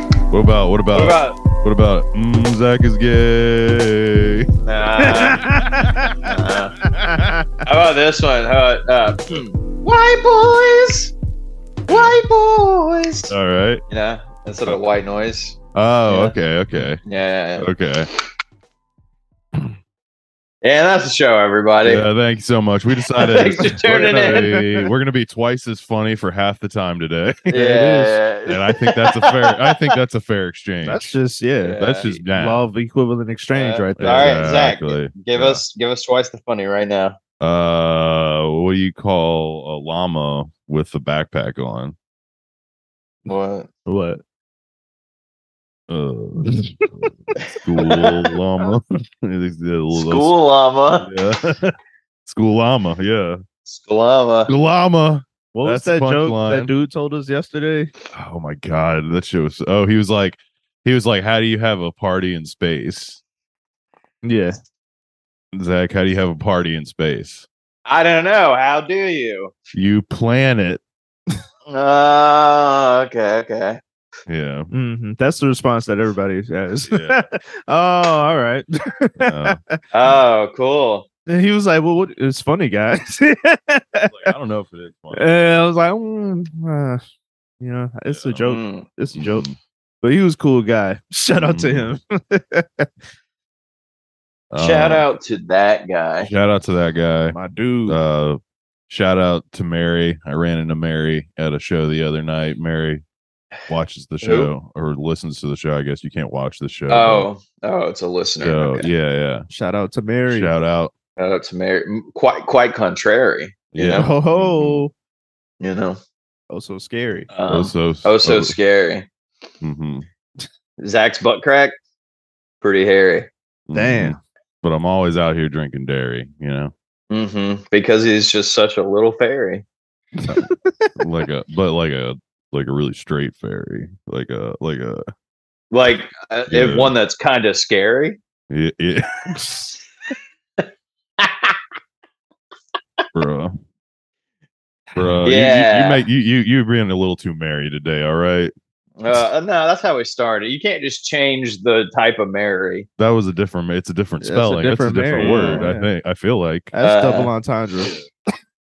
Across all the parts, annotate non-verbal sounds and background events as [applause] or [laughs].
about? What about? What about? What about? Mm, Zach is gay. [laughs] [laughs] Nah. Nah. How about this one? How about uh, hmm. white boys? White boys. All right. You know, instead of white noise. Oh, Yeah. okay, okay, Yeah, yeah, yeah. okay. Yeah, that's the show, everybody. Yeah, thank you so much. We [laughs] decided Thanks for we're tuning gonna in. be- we're gonna be twice as funny for half the time today. [laughs] Yeah. and I think that's a fair. I think that's a fair exchange. That's just yeah. That's just nah. Love equivalent exchange Uh, right there. All right, Zach, Exactly. give Yeah. us give us twice the funny right now. Uh, what do you call a llama with the backpack on? What? What? Uh, school llama. [laughs] These little- School llama. Yeah. [laughs] School llama. Yeah. School llama. School llama. What was That's that the joke punchline. that dude told us yesterday? Oh my god, that shit was. Oh, he was like, he was like, how do you have a party in space, Yeah. Zach? How do you have a party in space? I don't know. How do you? You plan it. Oh, okay, okay. [laughs] Yeah. hmm That's the response that everybody has. Yeah. [laughs] oh, all right. [laughs] Uh, Oh, cool. And he was like, "Well, what, it's funny, guys." [laughs] I was like, I don't know if it is. Funny. And I was like, mm, uh, "You know, it's a Yeah. joke. Hmm. It's a joke." But he was a cool guy. [laughs] Shout out to Mm-hmm. him. Shout Um, out to that guy. Shout out to that guy. My dude. Uh, shout out to Mary. I ran into Mary at a show the other night. Mary watches the show or listens to the show. I guess you can't watch the show. Oh, oh, it's a but- listener. so okay. yeah, yeah. Shout out to Mary. Shout out. Shout out to Mary. M- Quite, quite contrary. You Yeah. know. Oh, ho. You know. oh, so scary. Um, oh, so, so scary. mhm, Zach's butt crack. Pretty hairy. mhm. Damn. But I'm always out here drinking dairy. You know, Mm-hmm. Because he's just such a little fairy. like a but like a like a really straight fairy. Like a like a Like uh, Yeah. if one that's kind of scary. yeah, yeah bruh. Bro, you, Yeah. make you you you're being a little too merry today. All right, Uh, no, that's how we started. You can't just change the type of Mary. that was a different. It's a different Yeah, it's a spelling. It's a different, different Mary, word. yeah, I yeah. think. I [laughs] feel like That's Uh, double entendre.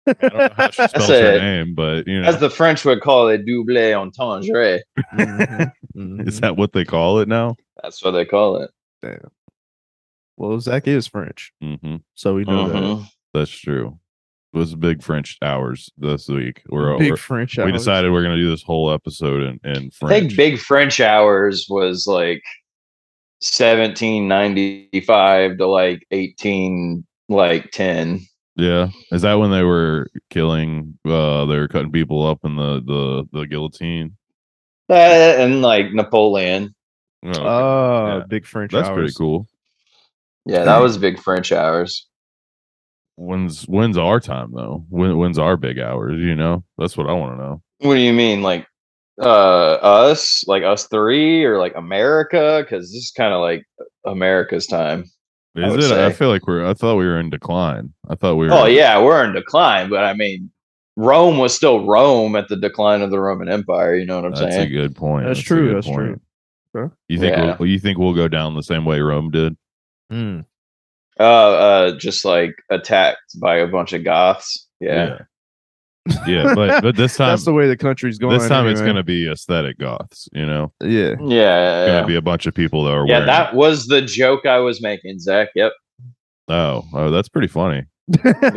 I don't know how she That's spells her it. name, but you know, As the French would call it, double entendre. Mhm. is [laughs] Mhm. that what they call it now? That's what they call it. well, Zach is French, hmm so we know that. Mhm. That's true. It was big French hours this week. We're, Big we're- French. we hours. decided we're gonna do this whole episode in in I French. think Big French Hours was like 1795 to like 18, like 10. yeah, is that when they were killing? uh They were cutting people up in the the the guillotine. Uh, and like Napoleon. Oh, okay. Uh, Oh, Yeah. big French. that's hours. pretty cool. Yeah, that was Big French Hours. When's when's our time though? When when's our big hours? You know, that's what I want to know. What do you mean? Like uh us? Like us three or like America? Because this is kind of like America's time. I would Is it? I say. feel like we're. I thought we were in decline. I thought we were. Oh yeah, we're in decline, but I mean, Rome was still Rome at the decline of the Roman Empire. You know what I'm that's a saying? good point. That's a true, good that's true. Huh? You think Yeah. we'll, you think we'll go down the same way Rome did? Mm. uh, uh, just like attacked by a bunch of Goths. Yeah, Yeah, Yeah, but [laughs] but this time That's the way the country's going. this time it's anyway. gonna be aesthetic goths. You know, Yeah. yeah, yeah. It's yeah. gonna be a bunch of people that are Yeah, wearing. that was the joke I was making, Zach. [laughs] Yep. Oh, oh, that's pretty funny. Yeah.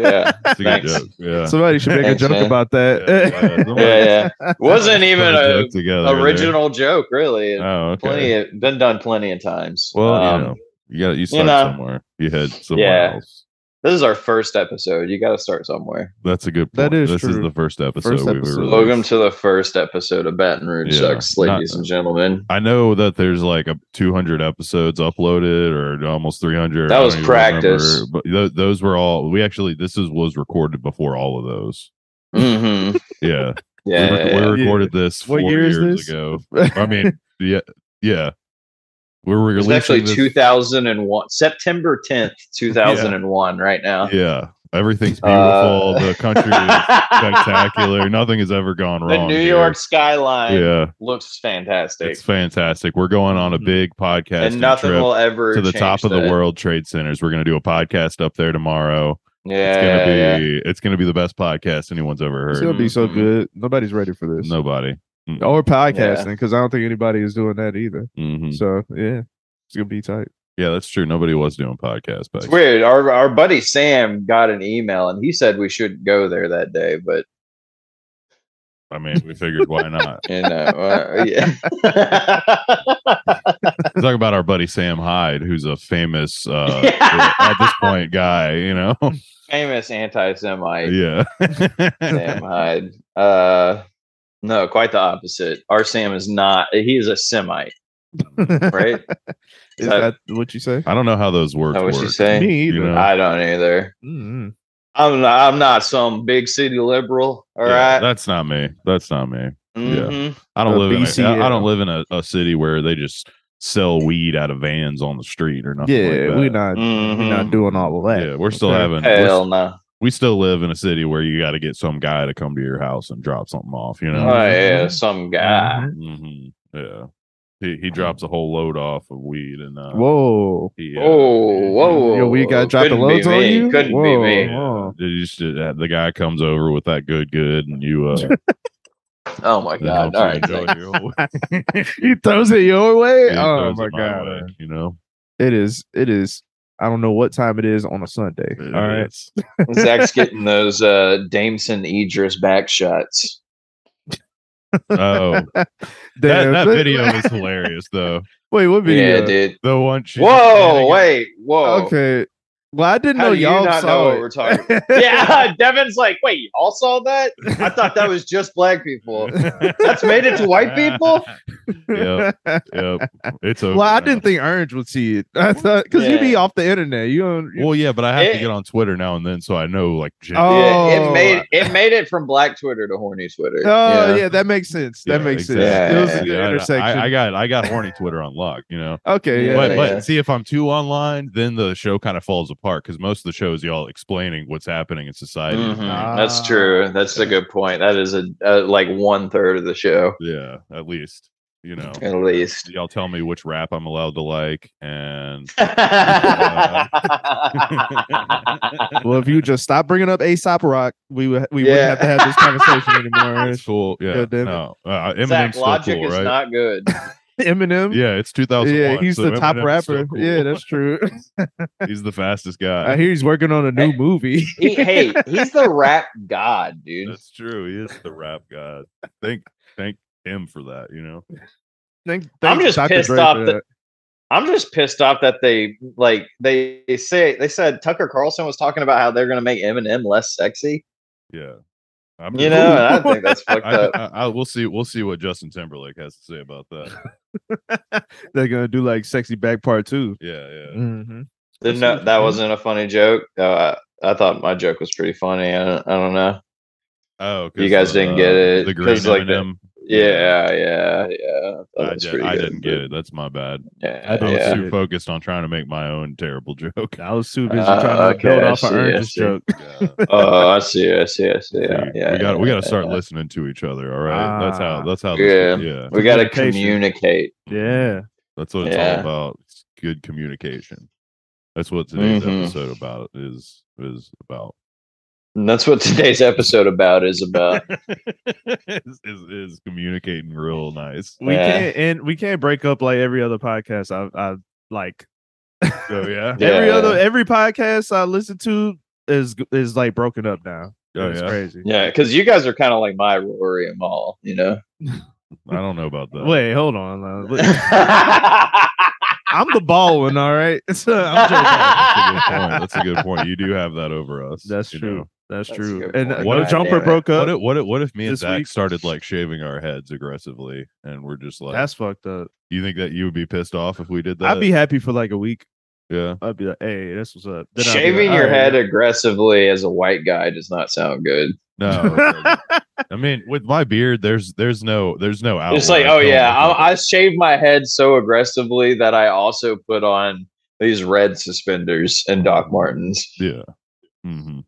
That's a good Thanks. joke. [laughs] Yeah. Somebody should make Thanks, a joke man. about Yeah, yeah, [laughs] that. somebody- [laughs] yeah, yeah. Wasn't even Put a joke together there. original joke, really. Oh, okay. Plenty of, been done plenty of times. well, Um, you know, you got you start know. somewhere. You head somewhere Yeah. else. this is our first episode. You got to start somewhere. That's a good. Point. That is this is true. the first episode, First we were episode. released. Welcome to the first episode of Baton Rouge Yeah, Sucks, not- ladies and gentlemen. I know that there's like a 200 episodes uploaded or almost 300. That I don't was even practice. remember, but th- those were all. We actually this is was recorded before all of those. Mm-hmm. Yeah, Yeah, we, yeah, rec- yeah. we recorded this What four year is years this? ago. [laughs] I mean, yeah, yeah. We were It was releasing actually this- 2001, September 10th, 2001, right now. Yeah, Everything's Uh, beautiful. the country [laughs] is spectacular. Nothing has ever gone the wrong. New here. York skyline Yeah. looks fantastic, It's fantastic. We're going on Mm-hmm. a big podcast and nothing trip will ever to the change top of the that. World Trade Centers. We're going to do a podcast up there tomorrow. Yeah, it's going to yeah, be it's going to be the best podcast anyone's ever It's heard. Mm-hmm. gonna be so Mhm. good. Nobody's ready for this. Nobody. Or podcasting, because I don't think anybody is doing that either. Mhm. So yeah, it's gonna be tight. Yeah, that's true. Nobody was doing podcasts back. It's weird. Our our buddy Sam got an email and he said we should go there that day, but I mean, we figured why [laughs] not? you know, [laughs] uh, yeah. [laughs] Let's talk about our buddy Sam Hyde, who's a famous uh, at this point guy. You [laughs] know, famous anti-Semite yeah. Sam Hyde. Uh, no, quite the opposite. Our Sam is not. He is a Semite, right? [laughs] Is Uh, that what you say? I don't know how those words That work. what you say? Me either. you know. I don't either. Mm-hmm. I'm not, I'm not some big city liberal. All Yeah, right. that's not me. That's not me. yeah. Mhm. I don't Uh, live. In a, BCL. I- I don't live in a, a city where they just sell weed out of vans on the street or nothing. Yeah, like that. we're not we're not Mhm. doing all of that. Yeah, we're still Okay. having. Hell We're, no. we still live in a city where you got to get some guy to come to your house and drop something off. You know. Oh yeah, some guy. Mhm. Yeah. He he drops a whole load off of weed and uh, Ah. Whoa. he, uh, Oh, whoa! Yo, we got dropped the Couldn't be loads on me. you. Couldn't Whoa, be me. whoa. you just, uh, the guy comes over with that good good and you uh [laughs] Oh my it god! helps All you right, [laughs] enjoy your whole weekend. [laughs] he throws it your way. [laughs] He oh throws my it god, way, you know it is. It is. I don't know what time it is on a Sunday. It all right, is. Zach's getting those uh, Dameson Idris back shots. [laughs] oh that, Damn, that but- video is hilarious though Wait, what video? Oh. Yeah, dude. the one she Whoa! Wait! Whoa! Okay. Well, I didn't How know do you y'all not saw know what it. we're talking? [laughs] about? [laughs] yeah, Devin's like, wait, y'all saw that? I thought that was just black [laughs] people. That's made it to white people. [laughs] Yep. yep [laughs] it's a well, I didn't think Orange would see it. I thought because you be Yeah. off the internet. You don't. You, well yeah but i have to It- get on twitter now and then so i know like gen- Oh, Yeah, Oh. it made it made it from black Twitter to horny Twitter. oh yeah. yeah. that makes sense. That Yeah, makes sense. exactly. It was a Yeah, good I- I- intersection. I, got I got horny Twitter on lock, you know. okay. Yeah. Yeah. but but see, if I'm too online, then the show kind of falls apart because most of the show is y'all explaining what's happening in society. Mhm. Ah. That's true. That's a good point. That is a, a like one third of the show Yeah, at least you know. at [laughs] least. Y'all tell me which rap I'm allowed to like, and [laughs] well, if you just stop bringing up Aesop Rock, we would we Yeah. wouldn't have to have this conversation [laughs] anymore. [laughs] it's Orange. cool. Yeah, God damn it. no, uh, Eminem's Zach, still logic cool, is right? not good. Eminem. yeah, it's 2001. Yeah, he's so the top Eminem's still rapper. cool. Yeah, that's true. [laughs] he's the fastest I guy. hear he's working on a new Hey. movie. [laughs] He, hey, he's the rap god, dude. That's true. He is the rap god. Thank thank him for that. You know. Thank- I'm thank just Dr. pissed Dre off for that- I'm just pissed off that they like they say they said Tucker Carlson was talking about how they're gonna make Eminem less sexy. Yeah. I'm You just- know, uh and I think that's fucked [laughs] I, up. I, I we'll see we'll see what Justin Timberlake has to say about that. [laughs] They're gonna do like sexy back part two. Yeah, yeah. Mm-hmm. Didn't know- that wasn't a funny joke. Uh, I, I thought my joke was pretty funny. I don't, I don't know. Oh, You guys didn't get it, The green 'cause, like, the- oh, M&M, Yeah, yeah, yeah. I, I, did, I didn't get it. That's [laughs] my bad. Yeah, I I didn't was [laughs] yeah. see too it. focused on trying to make my own terrible [laughs] joke. I was too busy Uh, trying to okay, build I off an see, I Orange's see. joke. Yeah. oh, I see. I see. I see. [laughs] Yeah, we, yeah. we got yeah, we got yeah, to start yeah. listening to each other. All right, that's how Ah. that's how. this- yeah, We got to Communication. communicate. Yeah. that's what it's all Yeah. about. It's good communication. That's what today's Mhm. episode about is is about. And that's what [laughs] today's episode about is about. [laughs] is, is is communicating real nice. We Yeah. can't and we can't break up like every other podcast I I like. So yeah, Yeah. Every other every podcast I listen to is is like broken up now. Oh, it's yeah. crazy. yeah, because you guys are kind of like my Rory and Maul, you know. I don't know about that. Wait, hold on. uh, li- I'm the Baldwin, all right. [laughs] [laughs] So I'm Joe Baldwin. That's a good point. That's a good point. You do have that over us. [laughs] That's you true. know. That's, That's a true. good And uh, point. what God jumper damn it. broke up. What if, what if, what if me and This Zach week- started like shaving our heads aggressively, and we're just like, That's fucked up. you think that you would be pissed off if we did that? I'd be happy for like a week. yeah. I'd be like, hey, that's what's up. Then I'd be Shaving like, your "All right." head aggressively as a white guy does not sound good. [laughs] No, it doesn't. I mean, with my beard, there's there's no there's no outline. It's like, oh Don't yeah, look I, I shaved my head so aggressively that I also put on these red suspenders and Doc Martens. at it. yeah. hmm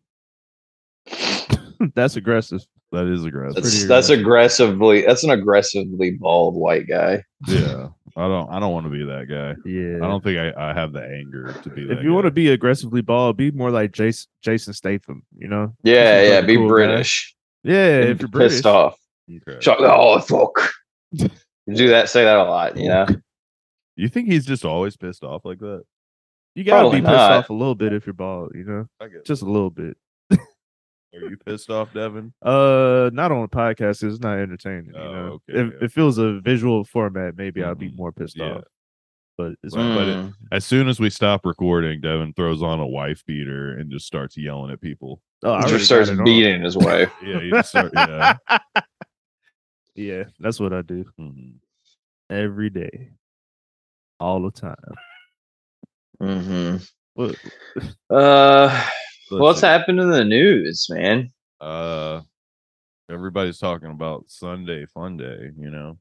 That's aggressive. That is aggressive. That's, that's aggressively. That's an aggressively bald white guy. yeah. I don't I don't want to be that guy. Yeah. I don't think I, I have the anger to be that if you want to be aggressively bald, be more like Jason Jason Statham. You know. Yeah, He's a yeah. Be cool guy. British. Yeah. and if you're British. pissed off. to Shock- Oh fuck. You do that. Say that a lot. You know. You think he's just always pissed off like that? You gotta Probably be pissed not. off a little bit if you're bald. You know, I guess. just a little bit. Are you pissed off, Devin? Uh, not on a podcast. 'cause It's not entertaining. you Oh, know, okay, if, okay. if it was a visual format, maybe I'd be Mhm. more pissed Yeah. off. But it's Right. but it- Mm. As soon as we stop recording, Devin throws on a wife beater and just starts yelling at people. He oh, I already got just starts it on. beating his wife. Yeah, you just start, [laughs] yeah. [laughs] Yeah, that's what I do Mhm. every day, all the time. hmm What- Uh, what's Listen, happened in the news, man? Uh, everybody's talking about Sunday Fun Day. You know,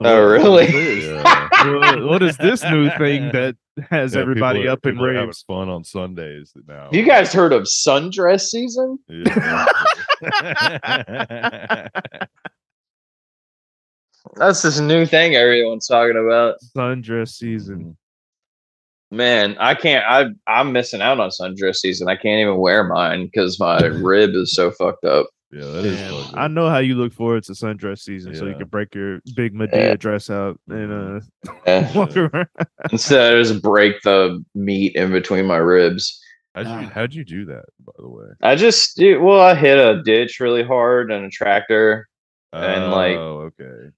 Oh, really? [laughs] yeah. What- what is this new thing that has Yeah, everybody people are- up in people are having raves? Fun on Sundays now. Have you [laughs] guys heard of sundress season? [laughs] Yeah. That's this new thing everyone's talking about. Sundress Mm-hmm. season. Man, I can't. I I'm missing out on sundress season. I can't even wear mine because my rib is so fucked up. yeah, that is. Damn, fucked I up. know how you look forward to sundress season, so you Yeah. can break your big Medea Yeah. dress out and uh, [laughs] Yeah. [laughs] walk around. [laughs] Instead, I just break the meat in between my ribs. How'd you, how'd you do that, by the way? I just dude, well, I hit a ditch really hard and a tractor. And, like- oh, okay.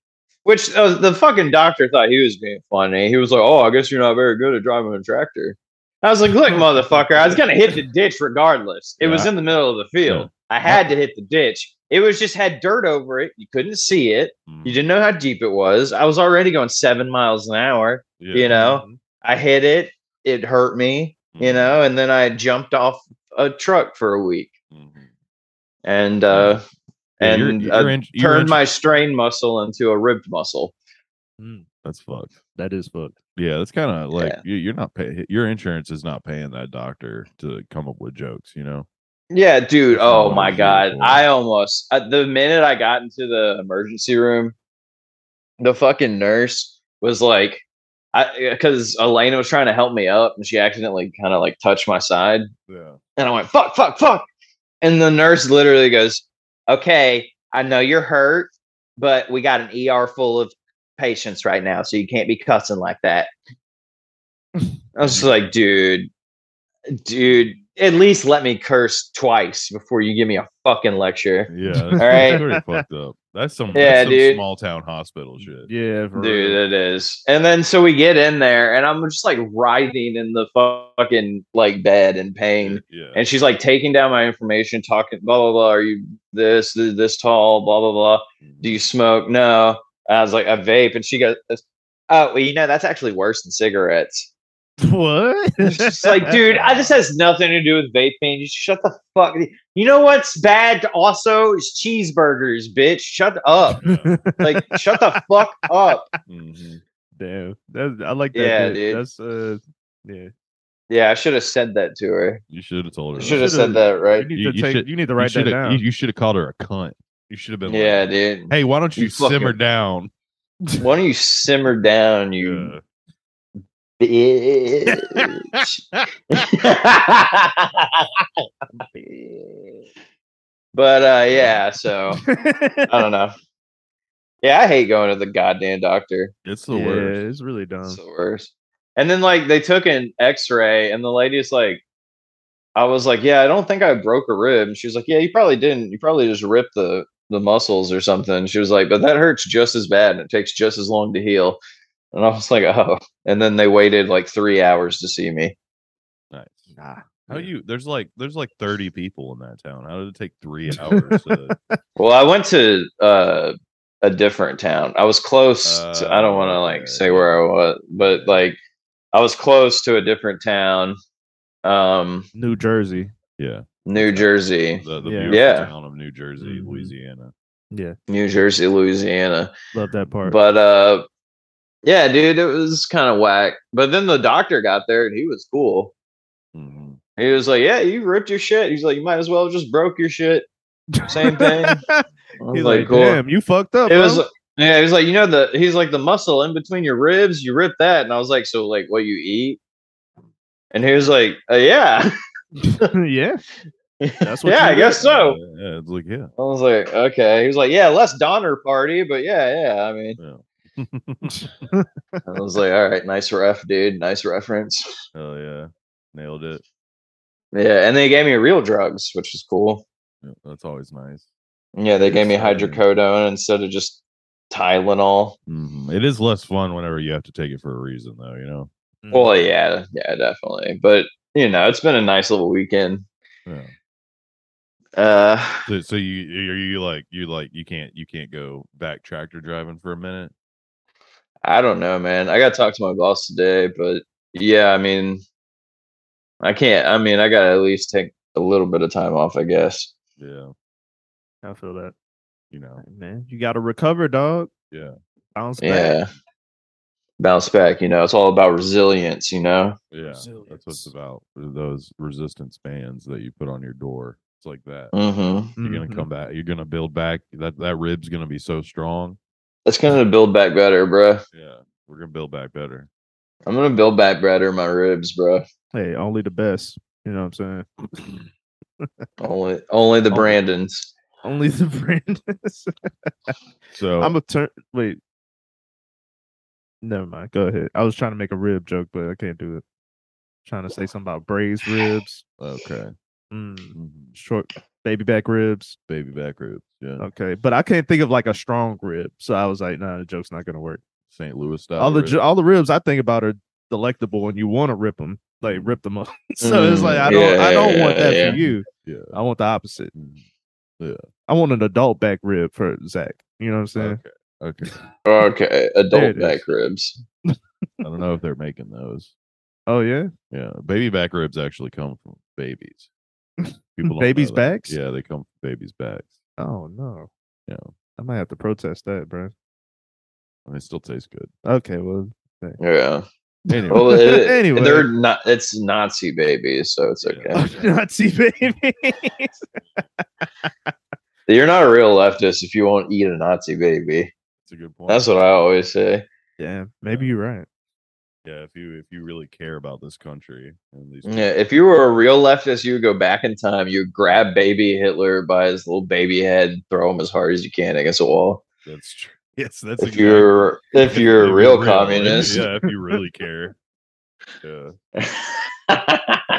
Which uh, the fucking doctor thought he was being funny. He was like, "Oh, I guess you're not very good at driving a tractor." I was like, "Look, motherfucker, I was gonna hit the ditch regardless. It was Yeah. in the middle of the field. I had to hit the ditch. It was just had dirt over it. You couldn't see it. Mm, You didn't know how deep it was. I was already going seven miles an hour. yeah. Mm-hmm. You know, I hit it. It hurt me. You Mhm, know, and then I jumped off a truck for a week mhm. and uh, Yeah, you're- and you're uh, in- you're in- turned my strain muscle into a ribbed muscle. That's fucked. That is fucked. Yeah, that's kind of like Yeah. you, you're not pay, your insurance is not paying that doctor to come up with jokes. You know, Yeah, dude. That's Oh what my I'm here god. for. I almost uh, the minute I got into the emergency room, the fucking nurse was like, "I," because Elena was trying to help me up, and she accidentally kind of like touched my side, yeah, and I went, "Fuck, fuck, fuck!" And the nurse literally goes, "Okay, I know you're hurt, but we got an ER full of patients right now, so you can't be cussing like that." I was just like, dude, dude, at least let me curse twice before you give me a fucking lecture. [laughs] yeah. That's, All right. pretty fucked up. That's some, Yeah, that's some dude. small town hospital shit. Yeah, for Dude, real. it is. And then so we get in there, and I'm just like writhing in the fucking like bed in pain. Yeah, And she's like taking down my information, talking blah blah blah. Are you this th- this tall? Blah blah blah. Do you smoke? No. And I was like, I vape, and she goes, Oh, well, you know that's actually worse than cigarettes. [laughs] What? It's just [laughs] like, dude, I just has nothing to do with vaping. Just shut the fuck. You know what's bad also is cheeseburgers, bitch. Shut up. Like, shut the fuck up. Mhm. Damn, that, I like that. Yeah, bit. dude. That's uh, yeah. Yeah, I should have said that to her. You should have told her. I that. should have said Should've- that, You right? need You- to you take. should- you need to You write that shoulda- down. [laughs] You, you should have called her a cunt. You should have been. like, Yeah, dude. Hey, why don't you, You fucking- simmer down? Why don't you simmer down, you Yeah. [laughs] bitch? but uh, yeah, so I don't know. Yeah, I hate going to the goddamn doctor. It's the yeah, worst. it's really dumb. It's the worst. And then like they took an X-ray, and the lady's like, "I was like, yeah, I don't think I broke a rib." And she was like, "Yeah, you probably didn't. You probably just ripped the the muscles or something." She was like, "But that hurts just as bad, and it takes just as long to heal." And I was like, "Oh." And then they waited like three hours to see me. Nice. Nah. How you? There's like there's like 30 people in that town. How did it take three hours? To, Well, I went to uh, a different town. I was close. to, I don't want to Uh, like Oh. say where I was, but like I was close to a different town. Um, New Jersey. yeah, New Jersey. the, the Yeah. beautiful Yeah. town of New Jersey, Mhm. Louisiana. Yeah, New Jersey, Louisiana. love that part. But uh yeah, dude, it was kind of whack. But then the doctor got there and he was cool. Mhm. He was like, "Yeah, you ripped your shit." He's like, "You might as well have just broke your shit." [laughs] Same thing. I was He's like, damn, you fucked up. It bro." was yeah, he was like, you know, the he's like the muscle in between your ribs, you rip that. And I was like, so like what you eat? And he was like, uh, yeah. [laughs] [laughs] yeah. That's what yeah, you I guess did. so. Yeah, it's like yeah. I was like, okay. He was like, yeah, less Donner party, but yeah, yeah. I mean, I was like, all right, nice ref, dude. Nice reference. Oh yeah. Nailed it. Yeah, and they gave me real drugs, which was cool. Yeah, That's always nice. Yeah, they gave me Exciting. hydrocodone instead of just Tylenol. Mhm. It is less fun whenever you have to take it for a reason though, you know. Mm, Well, yeah, yeah, definitely. But you know, it's been a nice little weekend. Yeah. Uh, So, so you are you like you like you can't you can't go back tractor driving for a minute. I don't know, man. I got to talk to my boss today, but yeah, I mean, I can't. I mean, I got to at least take a little bit of time off, I guess. Yeah, I feel that. you know. Man, you got to recover, dog. Yeah. Bounce back. Yeah. Bounce back, you know, it's all about resilience, you know? Yeah, that's what Resilience. it's about. Those resistance bands that you put on your door. It's like that. Mm-hmm. You're gonna Mhm. come back. You're gonna build back. That that rib's gonna be so strong. It's going to build back better, bruh. Yeah, we're gonna build back better. I'm going to build back better in my ribs, bruh. Hey, only the best. You know what I'm saying? [clears throat] [laughs] Only, only the Oh. Brandons. only the [laughs] Brandons. Oh. So I'm a turn. Wait. Never mind. Go ahead. I was trying to make a rib joke, but I can't do it. Trying to say something about braised ribs, okay, mm, Mhm. short baby back ribs. baby back ribs. Yeah, Uh, Okay, but I can't think of like a strong rib, so I was like, "Nah, the joke's not gonna work." St. Louis style. all the rib. ju- all the ribs I think about are delectable, and you want to rip them, like rip them up. [laughs] so it's like I Mm, don't, I yeah, don't want that Mm. yeah. for you. Yeah. I want the opposite. Mhm. I want an adult back rib for Zach. You know what I'm saying? Okay. Okay. Okay. There it Adult is. back ribs. I [laughs] don't know if they're making those. Oh yeah, Yeah, baby back ribs actually come from babies. People don't babies' know that. backs. Yeah, they come from babies' backs. Oh no. Yeah. I might have to protest that, bro. And they still taste good. Okay, well, [laughs] Yeah. Anyway, Well, it, Anyway. they're not, it's Nazi babies, so it's okay. Yeah. Oh, Nazi babies. You're not a real leftist if you won't eat a Nazi baby. it's a good point. That's what I always say. Damn, maybe you're right. yeah, if you if you really care about this country and these Yeah, if you were a real leftist, you would go back in time. You would grab baby Hitler by his little baby head, throw him as hard as you can against a wall. that's true. [laughs] Yes, that's if you're if you're a you're real really- communist, [laughs] Yeah, if you really care. Yeah, but,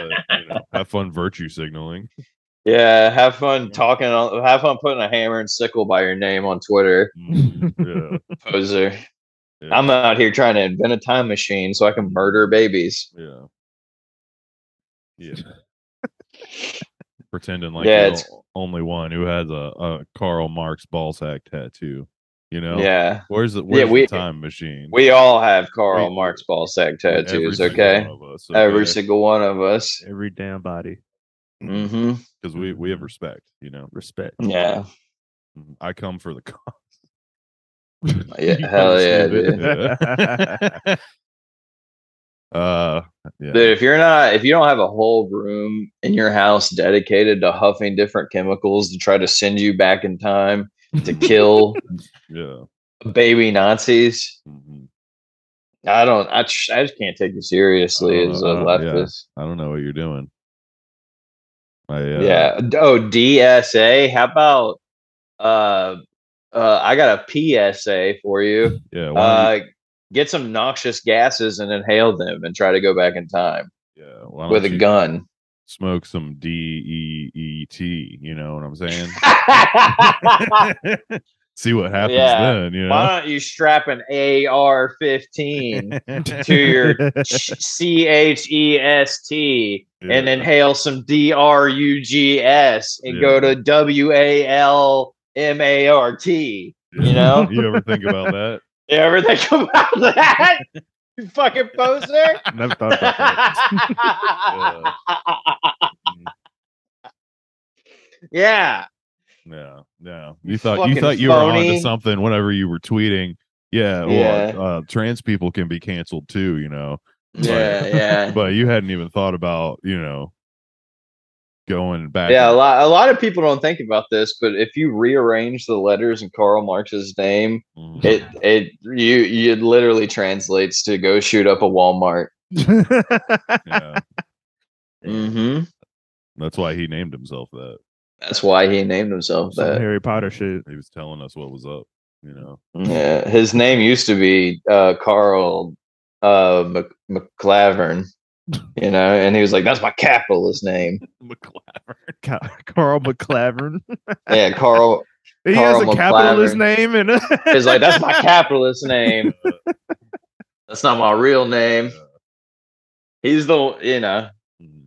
you [laughs] know, have fun virtue signaling. [laughs] yeah, have fun talking. On, have fun putting a hammer and sickle by your name on [laughs] Twitter, Mm, yeah, poser. yeah, I'm out here trying to invent a time machine so I can murder babies. yeah, [laughs] yeah. Pretending like Yeah, you're it's- the only one who has a, a Karl Marx ball sack tattoo. You know, Yeah, Where's the where's we- the time machine? we all have Karl We- Marx ball sack Every tattoos. single okay, one of us, every okay? single one of us. Every damn body. hmm because we we have respect. You know, Respect. Yeah. Mhm. I come for the [laughs] cause. Yeah, [laughs] You hell yeah, understand dude. it? uh, yeah, Dude, if you're not, if you don't have a whole room in your house dedicated to huffing different chemicals to try to send you back in time [laughs] to kill yeah. baby Nazis, mhm. I don't, I, just- I just can't take you seriously Uh, as a uh, yeah. leftist. I don't know what you're doing. I, Yeah. uh, Oh, DSA. How about, uh, uh, I got a PSA for [laughs] you. yeah, why Uh, don't get some noxious gases and inhale them and try to go back in time you- yeah, why uh, with a don't you [laughs] gun. [laughs] Smoke some D E E T. You know what I'm saying? [laughs] See what happens Yeah, then. You know. Why don't you strap an AR [laughs] 15 to [laughs] your C H E S T and Yeah. inhale some D R U G S and go Yeah. to W A L M A R T? you know? [laughs] you ever [laughs] think about that? You ever think [laughs] about that? You fucking poser. [laughs] [laughs] Never thought about that. yeah. No, no. You You thought you fucking thought you were onto phony. something whenever you were tweeting. Yeah, well, Yeah. Uh, trans people can be canceled [laughs] too, you know. Yeah. Yeah. But you hadn't even thought about, you know, going back. Yeah, a lot a lot of people don't think about this, but if you rearrange the letters in Karl Marx's name, [laughs] Mhm. it it you you- it literally translates to go shoot up a Walmart. [laughs] Yeah. Mm-hmm. That's why he named himself that. That's why he named himself Some that. Harry Potter shit. He was telling us what was up, Mm, you know. Yeah, his name used to be uh, Carl uh, Mc- McClavern, you know, and he was like, "That's my capitalist name." McLaren. Ca- Carl McClavern. Yeah, Carl [laughs] He has a Carl capitalist McClavern. name and [laughs] is like, "That's my capitalist name. That's not my real name." He's the you know mm-hmm.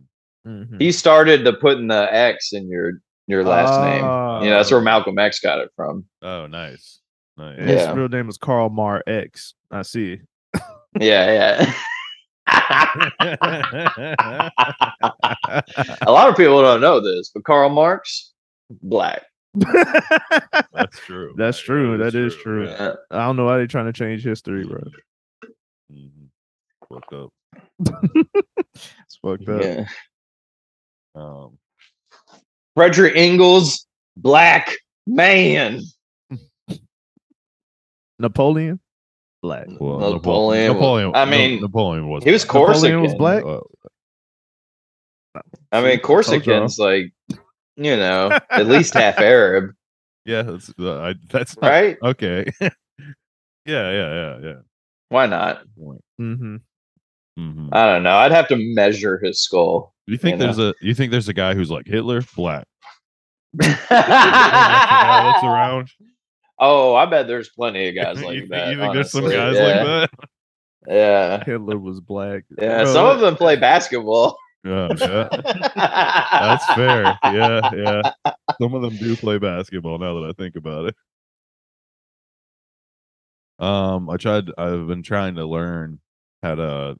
Mhm. he started the putting the X in your your last name. Ah. You know, that's where Malcolm X got it from. Oh, nice. Nice. His Yeah. real name is Carl Mar X. I see. Yeah, yeah. [laughs] a lot of people don't know this, but Karl Marx, black. [laughs] [laughs] That's true. That's true. That is true. Yeah. Uh, I don't know why they're trying to change history, bro. Mhm. Fucked up. It's fucked up. yeah. Um, Frederick Ingalls, black man. Napoleon, black. well, Napoleon Napoleon. was- Napoleon. I no, mean, Napoleon was. He was black. Corsican. Napoleon was black? Uh, I mean, Corsicans, like, you know, at least half Arab, yeah, that's uh, I, that's not, right? [laughs] okay. yeah, yeah, yeah, yeah. Why not? Mm-hmm. Mhm. I uh don't know. I'd have to measure his [laughs] skull. You think you know. there's a you think there's a guy who's like Hitler [laughs] black? that's oh, around. I bet there's plenty of guys [laughs] you, like think- that. you think there's some honestly. guys yeah. like Yeah. Hitler was black. Yeah, Bro, some of them play basketball. [laughs] that? Yeah, yeah. That's That's fair. Yeah, [laughs] yeah. Some of them do play basketball now that I think about it. Um, I tried I've been trying to learn how to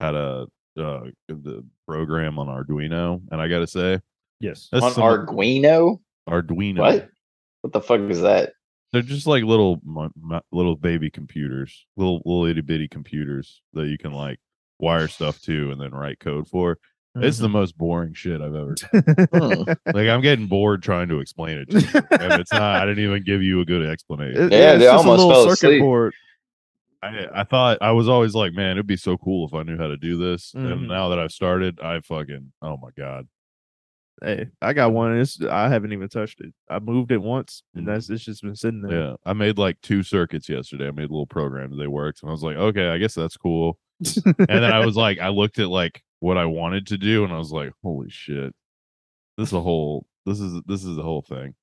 how to uh the program on Arduino and I gotta say Yes. that's On some- Arguino? Arduino. What? What the fuck is that? They're just like little mo- mo- little baby computers, little little itty bitty computers that you can like wire stuff to and then write code for. It's Mm-hmm. the most boring shit I've ever. Hmm. [laughs] like I'm getting bored trying to explain it. To you. and it's not. I didn't even give you a good explanation. It- Yeah, it's they just a almost little fell circuit asleep. board. I, I thought I was always like, man, it'd be so cool if I knew how to do this. Mhm. And now that I've started, I fucking oh my god, Hey, I got one. and It's I haven't even touched it. I moved it once, and Mm. Mhm. that's it's just been sitting there. yeah. I made like two circuits yesterday. I made a little program that they worked, and I was like, okay, I guess that's cool. and then I was like, I looked at like what I wanted to do, and I was like, holy shit, this is a whole. This is this is the whole thing.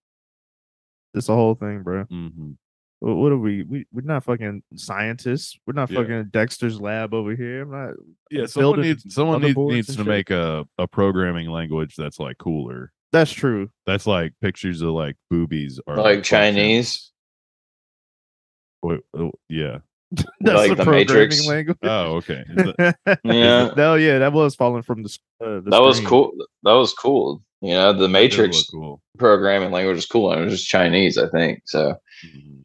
It's the whole thing, bro. hmm Wh- What, are we? We we're not fucking scientists. We're not Yeah. fucking Dexter's lab over here. I'm not. Yeah, Build someone it needs someone other needs, boards needs and to shit. make a a programming language that's like cooler. That's true. That's like pictures of like boobies or Like Chinese? functions. Wait, oh, yeah. That's Like the, the programming Matrix? language. Oh, [laughs] okay. Is that- Yeah. no, yeah, that was falling from the. s- Uh, the That was screen. cool. That was cool. You know, the that does look Matrix Cool. programming language is cool. And it was just Chinese, I think. So Mhm.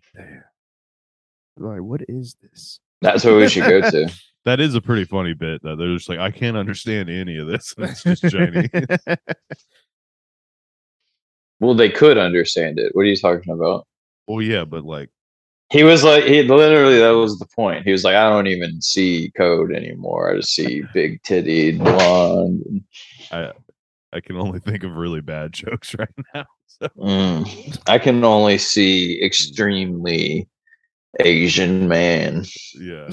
Like, what is this? that's where we should go [laughs] to. That is a pretty funny bit that they're just like, I can't understand any of this. [laughs] It's just [laughs] Chinese. Well, they could understand it. What are you talking about? well, yeah, but like, He was like, he literally, that was the point. He was like, I don't even see code anymore. I just see big titty blonde. I can only think of really bad [laughs] jokes right now. So, Mm. I can only see extremely Asian man. yeah.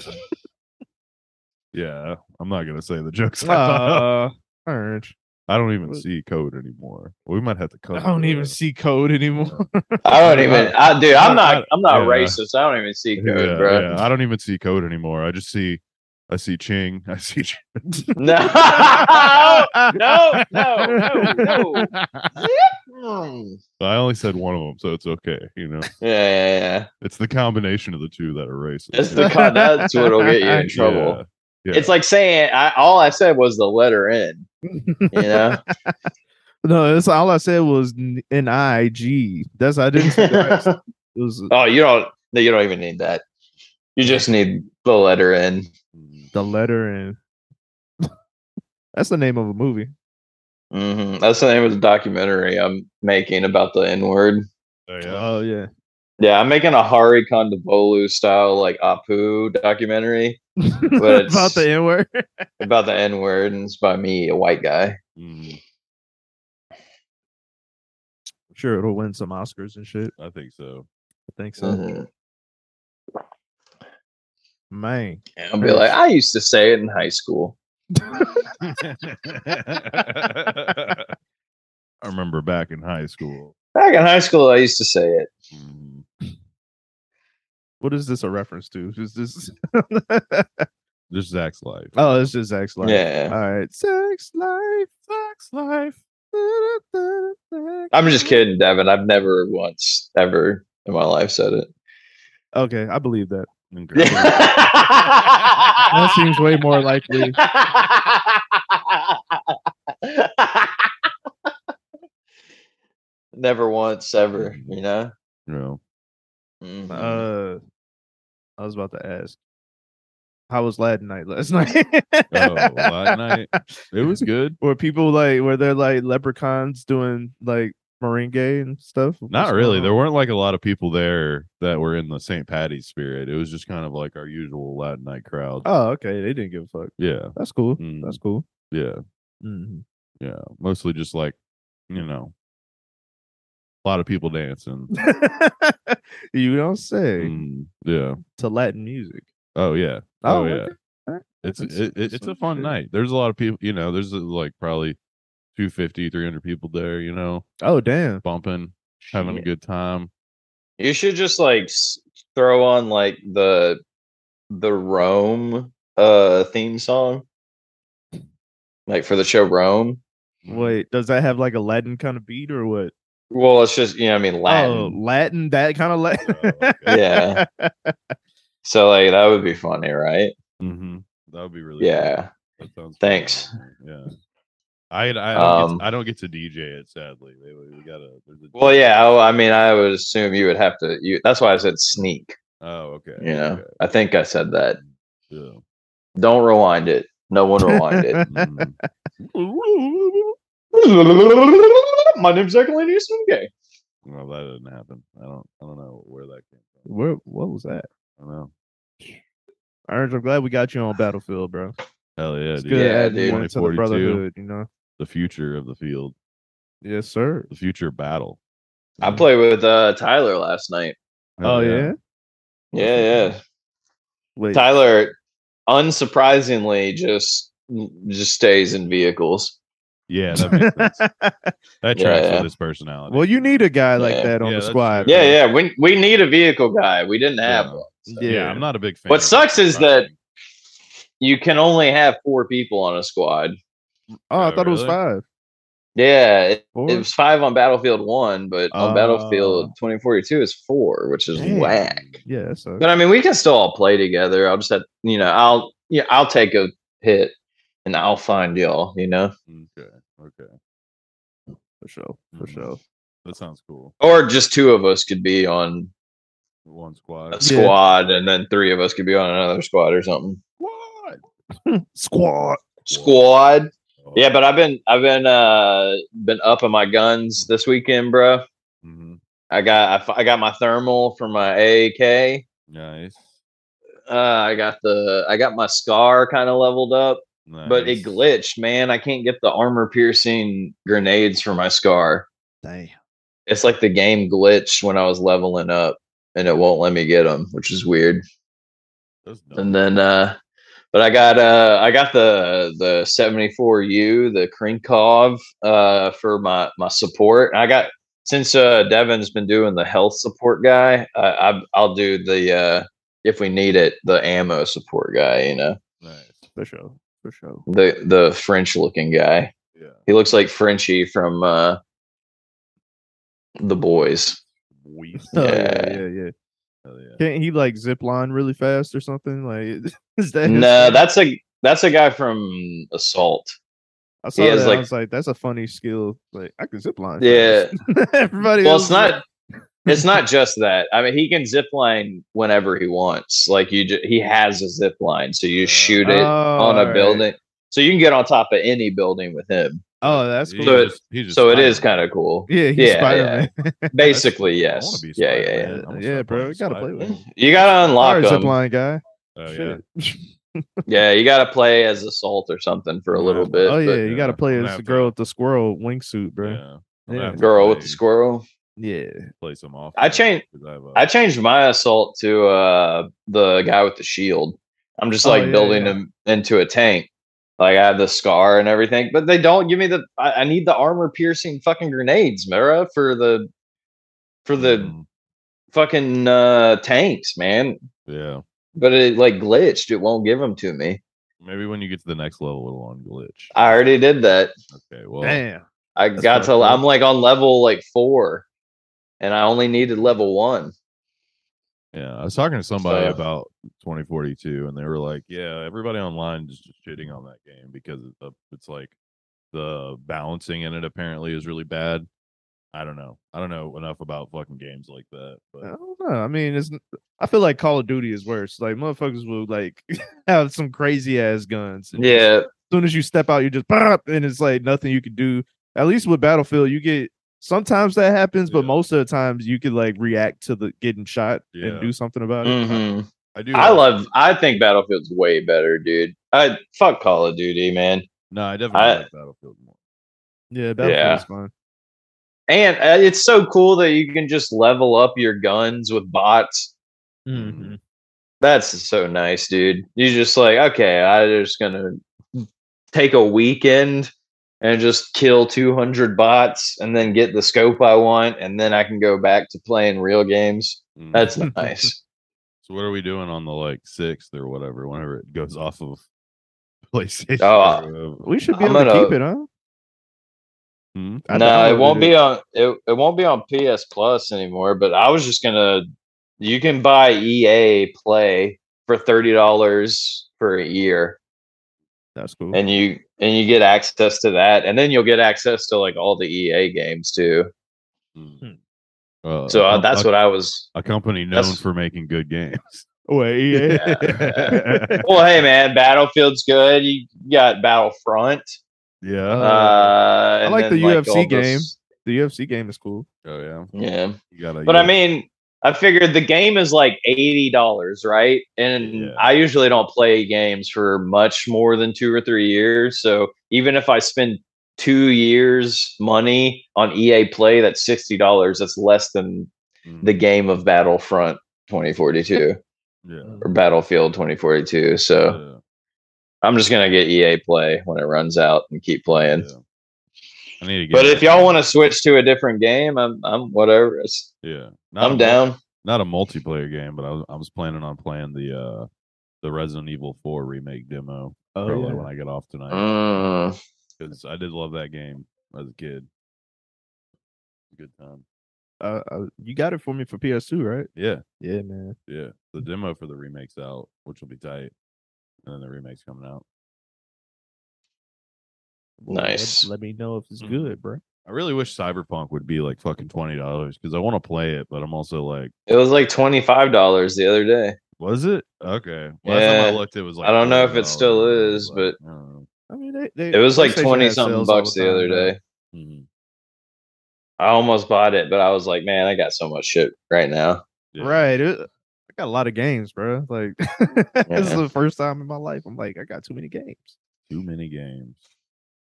yeah. I'm not going to say the jokes. I thought of. [laughs] uh, orange. I don't even see code anymore. We might have to Oh, cut. I don't it. even see code anymore. [laughs] [laughs] I [laughs] don't even, I, dude. I'm I- not. I'm not yeah. racist. I don't even see Yeah, code, bro. yeah, I don't even see code anymore. I just see, I see Ching. [laughs] I see. Ching. No, [laughs] [laughs] no, no, no, no. I only said one of them, so it's okay. You know, Yeah, yeah, yeah. it's the combination of the two that are racist. That's the con- that's what'll get you [laughs] [laughs] in trouble. Yeah, It's like saying I, all I said was the letter N. You [laughs] know, No, that's all I said was N I G. That's I didn't. Say [laughs] the rest. It was oh, you don't. no, You don't even need that. You just need the letter N. Yeah. the letter and that's the name of a movie. hmm That's the name of the documentary I'm making about the N word. Oh, Oh yeah. Yeah, I'm making a Hari Kondabolu style like Apu documentary But it's- [laughs] About the N word. about the N word, and it's by me, a white guy. Mm, Sure, it'll win some Oscars and shit. I think so. I think so. Mhm. Man, I'll be like, I used to say it in high school. I remember back in high school. Back in high school, I used to say it. Mm, what is this a reference to? Is this? Just [laughs] Zach's life. Oh, it's just sex life. Yeah, All right, sex life, sex life. I'm just kidding, Devin. I've never once ever in my life said it. Okay, I believe that. Okay. That that seems way more likely. [laughs] Never once ever, you know. You know, Mhm. Uh, Mm-hmm. I was about to ask, how was Latin night last [laughs] night? oh, last night it was good. Were people like, were there like leprechauns doing like merengue and stuff? What's Not really. going There on? weren't like a lot of people there that were in the St. Patty's spirit. It was just kind of like our usual Latin night crowd. Oh, okay. They didn't give a fuck. yeah, That's cool. Mm. That's cool. yeah, hmm yeah. Mostly just like, you know, a lot of people dancing. [laughs] you don't say Mm, yeah. to Latin music. Oh yeah. Oh, okay. yeah. All right. It's That's- it, it, that's it's some a fun shit. night. There's a lot of people. You know, there's uh, like probably 250, 300 people there. You know, Oh damn. bumping, having a Shit. good time. You should just like s- throw on like the the Rome uh theme song, like for the show Rome. Wait, does that have like a Latin kind of beat or what? Well, it's just you know what I mean Oh, Latin. Latin, that kind of Latin. Oh, okay. Yeah. So like that would be funny, right? Mm-hmm. That would be really. cool. Yeah. That sounds. fun. Thanks. Yeah. I I don't, get Um, to, I don't get to DJ it sadly. We, we we gotta. there's a- Well, yeah. I, I mean, I would assume you would have to. You, that's why I said sneak. Oh okay. You know, okay, I think I said that. yeah. Don't rewind it. No one rewind [laughs] it. Mhm. My name's Zachary Okay. well, that didn't happen. I don't. I don't know where that came [laughs] from. Where, what was that? I don't know. Orange, I'm glad we got you on Battlefield, bro. Hell yeah, It's dude. good Yeah, adding dude. one to the 2042. brotherhood, you know. The future of the field. Yes, sir. The future battle. I played with uh, Tyler last night. Oh yeah. Yeah, yeah. Wait. Tyler, unsurprisingly, just just stays in vehicles. Yeah, that makes sense. [laughs] That Yeah, tracks yeah. with his personality. well, you need a guy like Yeah. that on the Yeah, that's squad. true. Yeah, bro. yeah. We we need a vehicle guy. We didn't have Yeah. one. yeah, Yeah. I'm not a big fan. What of sucks is that- driving. You can only have four people on a squad. Oh, I Oh, thought it was really? five. Yeah, it, Four? it was five on Battlefield One, but on Battlefield Oh. 2042 is four, which is Damn. whack. yeah, that's a, But I mean, we can still all play together. I'll just have, you know, I'll yeah, I'll take a hit and I'll find y'all. You know, Okay, okay, for sure. For Mhm. sure. that sounds cool. or just two of us could be on One squad. a squad, and then three of us could be on another squad or something. Squad. Squad. Squad. Yeah, but I've been I've been uh been upping my guns this weekend, bro. Mhm. I got I, fi- I got my thermal from my AAK. Nice. Uh, I got the I got my scar kind of leveled up, nice. but it glitched, man. I can't get the armor piercing grenades for my scar. Damn. It's like the game glitched when I was leveling up, and it won't let me get them, which is weird. That's dope. and then uh but I got uh I got the the 74U, the Krinkov uh for my my support. I got since uh Devin's been doing the health support guy, I, I I'll do the uh if we need it, the ammo support guy, you know. nice. For sure. For sure. The the French looking guy. Yeah. He looks like Frenchie from uh the boys. We. Oh, yeah, Yeah. yeah, yeah. Hell yeah. Can't he like zip line really fast or something? Like, [laughs] is [laughs] that? his No, thing? that's a that's a guy from Assault. I saw he has, that. like- I was like, that's a funny skill. Like, I can zip line. Yeah. fast. [laughs] Everybody. Well, else it's is like, not. [laughs] It's [laughs] not just that. I mean, he can zip line whenever he wants. Like you, ju- he has a zip line, so you Yeah. shoot it "Oh, on a alright." building. So you can get on top of any building with him. Oh, that's cool. So it- he's So it is Spider-Man. kind of cool. [laughs] yeah, he's yeah, Spider-Man. Basically, I wanna yes. be Yeah, yeah, yeah. Spider-Man. I'm a Yeah, bro, fucking you gotta play with Spider-Man. You gotta Fire unlock them. zipline guy. Oh, yeah. Shit. Yeah, you gotta play as assault or something for a little Yeah. bit. oh [laughs] yeah, but- uh, you gotta play I'm as the after girl it. with the squirrel wingsuit, bro. Yeah. Yeah. I'm Girl with play, the squirrel. Yeah. Play some off. I changed- I, have a- I changed my assault to uh the guy with the shield. I'm just Oh, like yeah, building yeah. him into a tank. Like I have the scar and everything, but they don't give me the. I, I need the armor piercing fucking grenades, Mara, for the for Hmm. the Mm, fucking uh tanks, man. yeah. But it like glitched. It won't give them to me. Maybe when you get to the next level, it'll on glitch. I already did that. Okay. Well, Damn. I That's got kinda to. cool. I'm like on level like four, and I only needed level one. yeah. I was talking to somebody So- about 2042, and they were like, "Yeah, everybody online is just shitting on that game because it's, uh, it's like the balancing in it apparently is really bad." I don't know. I don't know enough about fucking games like that, I but don't know. I mean, it's. I feel like Call of Duty is worse. Like motherfuckers will like [laughs] have some crazy ass guns. and just- Yeah, as soon as you step out, you just pop, and it's like nothing you can do. At least with Battlefield, you get sometimes that happens, but Yeah. most of the times you can like react to the getting shot Yeah. and do something about it. hmm I do. I like- love. I think Battlefield's way better, dude. I fuck Call of Duty, man. No, I definitely I- like Battlefield more. Yeah, Battlefield's Yeah. fun. And uh, it's so cool that you can just level up your guns with bots. Mhm. That's so nice, dude. You're just like, okay, I'm just gonna take a weekend and just kill 200 bots, and then get the scope I want, and then I can go back to playing real games. Mm. That's nice. So what are we doing on the like sixth or whatever, whenever it goes off of [laughs] PlayStation? Oh, or whatever? [laughs] We should be I'm able to gonna- keep it, huh? Uh, Hmm? I no, it downloaded won't be on it, it won't be on PS Plus anymore, but I was just gonna you can buy EA play for thirty dollars for a year That's cool. and you and you get access to that and then you'll get access to like all the EA games too. Hmm. Uh, So Oh, uh, a- that's a, what I [laughs] was a company known that's- for making good games. [laughs] Oh, Wait, yeah. [laughs] yeah, well hey man, Battlefield's good. You got Battlefront. uh, and like the then, UFC all game. this- the UFC game is cool. oh yeah, Yeah. you gotta. But I mean, I figured the game is like eighty dollars, right? And Yeah. I usually don't play games for much more than two or three years. So even if I spend two years money on EA Play, that's sixty dollars. That's less than mean, the game of Battlefront twenty forty [laughs] two yeah, or Battlefield twenty forty two. So yeah, I'm just gonna get EA Play when it runs out and keep playing. yeah. I need to get. But if y'all want to switch to a different game, I'm I'm whatever. It's- yeah, Not a I'm mul- down. Not a multiplayer game, but I was, I was planning on playing the uh the Resident Evil Four remake demo Oh, probably yeah. when I get off tonight Mm. because I did love that game as a kid. Good time. Uh, uh, you got it for me for PS2, right? Yeah. Yeah, man. Yeah, the demo for the remake's out, which will be tight, and then the remake's coming out. Well, let- Nice. Mm-hmm. Let, me know if it's Mhm. good, bro. I really wish Cyberpunk would be like fucking twenty dollars because I want to play it, but I'm also like, It was like twenty five dollars the other day. was it okay? Last time I Yeah, looked, it was I like don't know if it $40, still and I was is, like, "Oh, I don't know. I mean, they, they It was like PlayStation twenty has something sales all bucks the, time, other bro. day. Mhm. I almost bought it, but I was like, man, I got so much shit right now. Yeah. Right. It, I got a lot of games, bro. Like [laughs] this is Yeah. the first time in my life I'm like I got too many games. Too many games,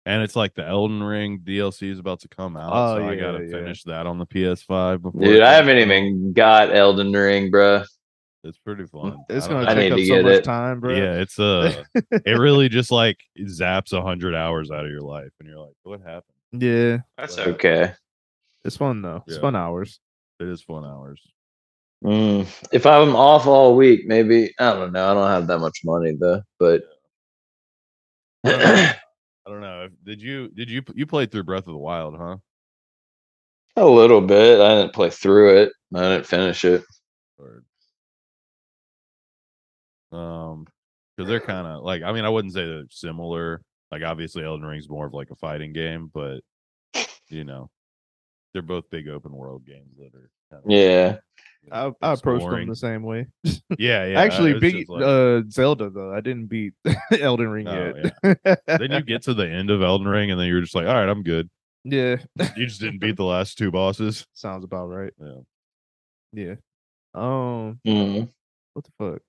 and it's like the Elden Ring DLC is about to come out, Oh, so I yeah, gotta yeah. finish that on the PS5 before. it Dude, I comes haven't out. even got Elden Ring, bruh. It's pretty fun. It's I don't- gonna I need take up to so get much it. time, bro. Yeah, [laughs] it's uh it really just like zaps a hundred hours out of your life, and you're like, what happened? Yeah. That's okay. It's fun though. It's Yeah. fun hours. It is fun hours. Mm. If I'm off all week, maybe I don't know. I don't have that much money though, but [clears throat] Yeah. I don't know. if- Did you did you you played through Breath of the Wild, huh? a little bit. I didn't play through it. I didn't finish it. Or um because they're kind of like I mean I wouldn't say they're similar. Like obviously Elden Ring's more of like a fighting game, but you know They're both big open world games that are. kind of- Yeah. I, I approached them Exploring. the same way. [laughs] Yeah, yeah. Actually, it's beat just like- uh, Zelda though. I didn't beat [laughs] Elden Ring Oh, yet. [laughs] then you get to the end of Elden Ring, and then you're just like, all right, I'm good. yeah, You just didn't beat the last two bosses. sounds about right. [laughs] Yeah. Yeah. Um. Mhm. What the fuck?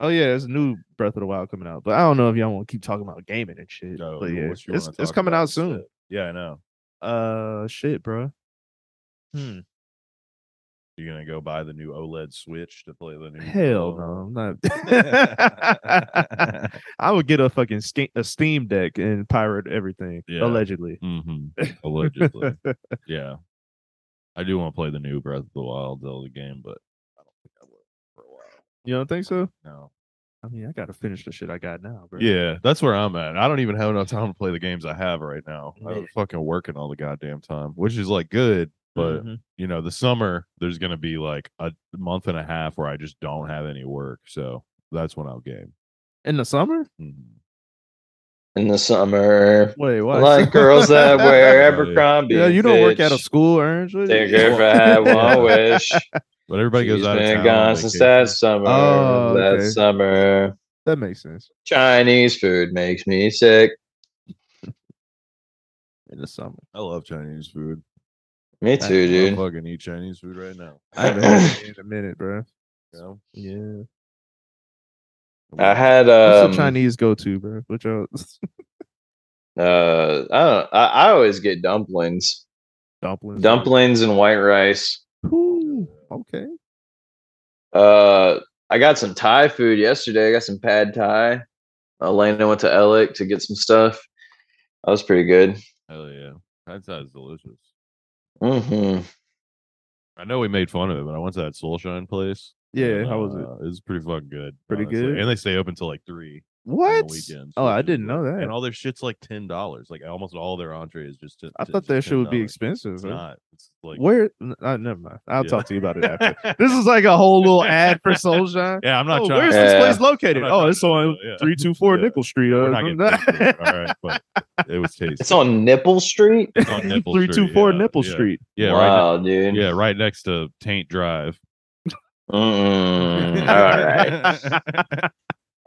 Oh yeah, there's a new Breath of the Wild coming out, but I don't know if y'all want to keep talking about gaming and shit. No, but what yeah, you wanna it's, it's talk coming about out soon. instead? Yeah, I know. Uh, shit, bro. Hmm. You're gonna go buy the new OLED Switch to play the new. Hell Oh. no, I'm [laughs] not. [laughs] I would get a fucking ske- a Steam Deck and pirate everything Yeah. allegedly. Mm-hmm. Allegedly, yeah. I do want to play the new Breath of the Wild Zelda game, but I don't think I will for a while. [laughs] You don't think so? No. I mean, I gotta finish the shit I got now, bro. Yeah, that's where I'm at. I don't even have enough time to play the games I have right now. Yeah. I'm fucking working all the goddamn time, which is like good, but Mhm. you know, the summer there's gonna be like a month and a half where I just don't have any work, so that's when I'll game. in the summer, Mhm. In the summer. wait, what? Like [laughs] girls that wear Oh, yeah. Abercrombie. Yeah, you don't work at a bitch. school, Ernst. what is Think it? if I had [laughs] one wish. But everybody She's goes out been of gone town. since on that summer. Oh, That okay. summer. That makes sense. Chinese food makes me sick. In the summer, vacation. I love Chinese food. Me That- too, [laughs] I dude. fucking eat Chinese food right now. I haven't had it in a minute, bro. You know? Yeah, I had what's um, your Chinese go to, bro? Which are Uh, I don't. I, I always get dumplings, [laughs] dumplings? dumplings and white rice. Ooh, okay. Uh, I got some Thai food yesterday. I got some pad Thai. Elena went to Alec to get some stuff. That was pretty good. Hell yeah. Pad Thai is delicious. hmm I know we made fun of it, but I went to that Soulshine place. Yeah, and, how was it? uh, It was pretty fucking good. Pretty good? And they stay open till like three. on the What? weekends, Oh, which I is didn't lit. know that. And all their shit's like ten dollars. Like almost all their entree is just. t- I t- thought just that shit would be $10. expensive. It's huh? not. It's like Where? n- Uh, never mind. I'll Yeah. talk to you [laughs] about it after. this is like a whole little ad for Soulshine. Yeah, [laughs] I'm [laughs] not oh, trying. where's to- this Yeah. place I'm located? not Oh, trying it's to- on yeah. three two four Yeah. Nickel Street. We're Uh, not getting paid for it, all right, but it [laughs] was tasty. It's on Nipple Street. It's [laughs] [laughs] on Nipple three two Street, four yeah, Nipple yeah. Street. Yeah, right. wow, Ne- dude. [laughs] yeah, right next to Taint Drive. [laughs] Mm-mm. Mm, All right.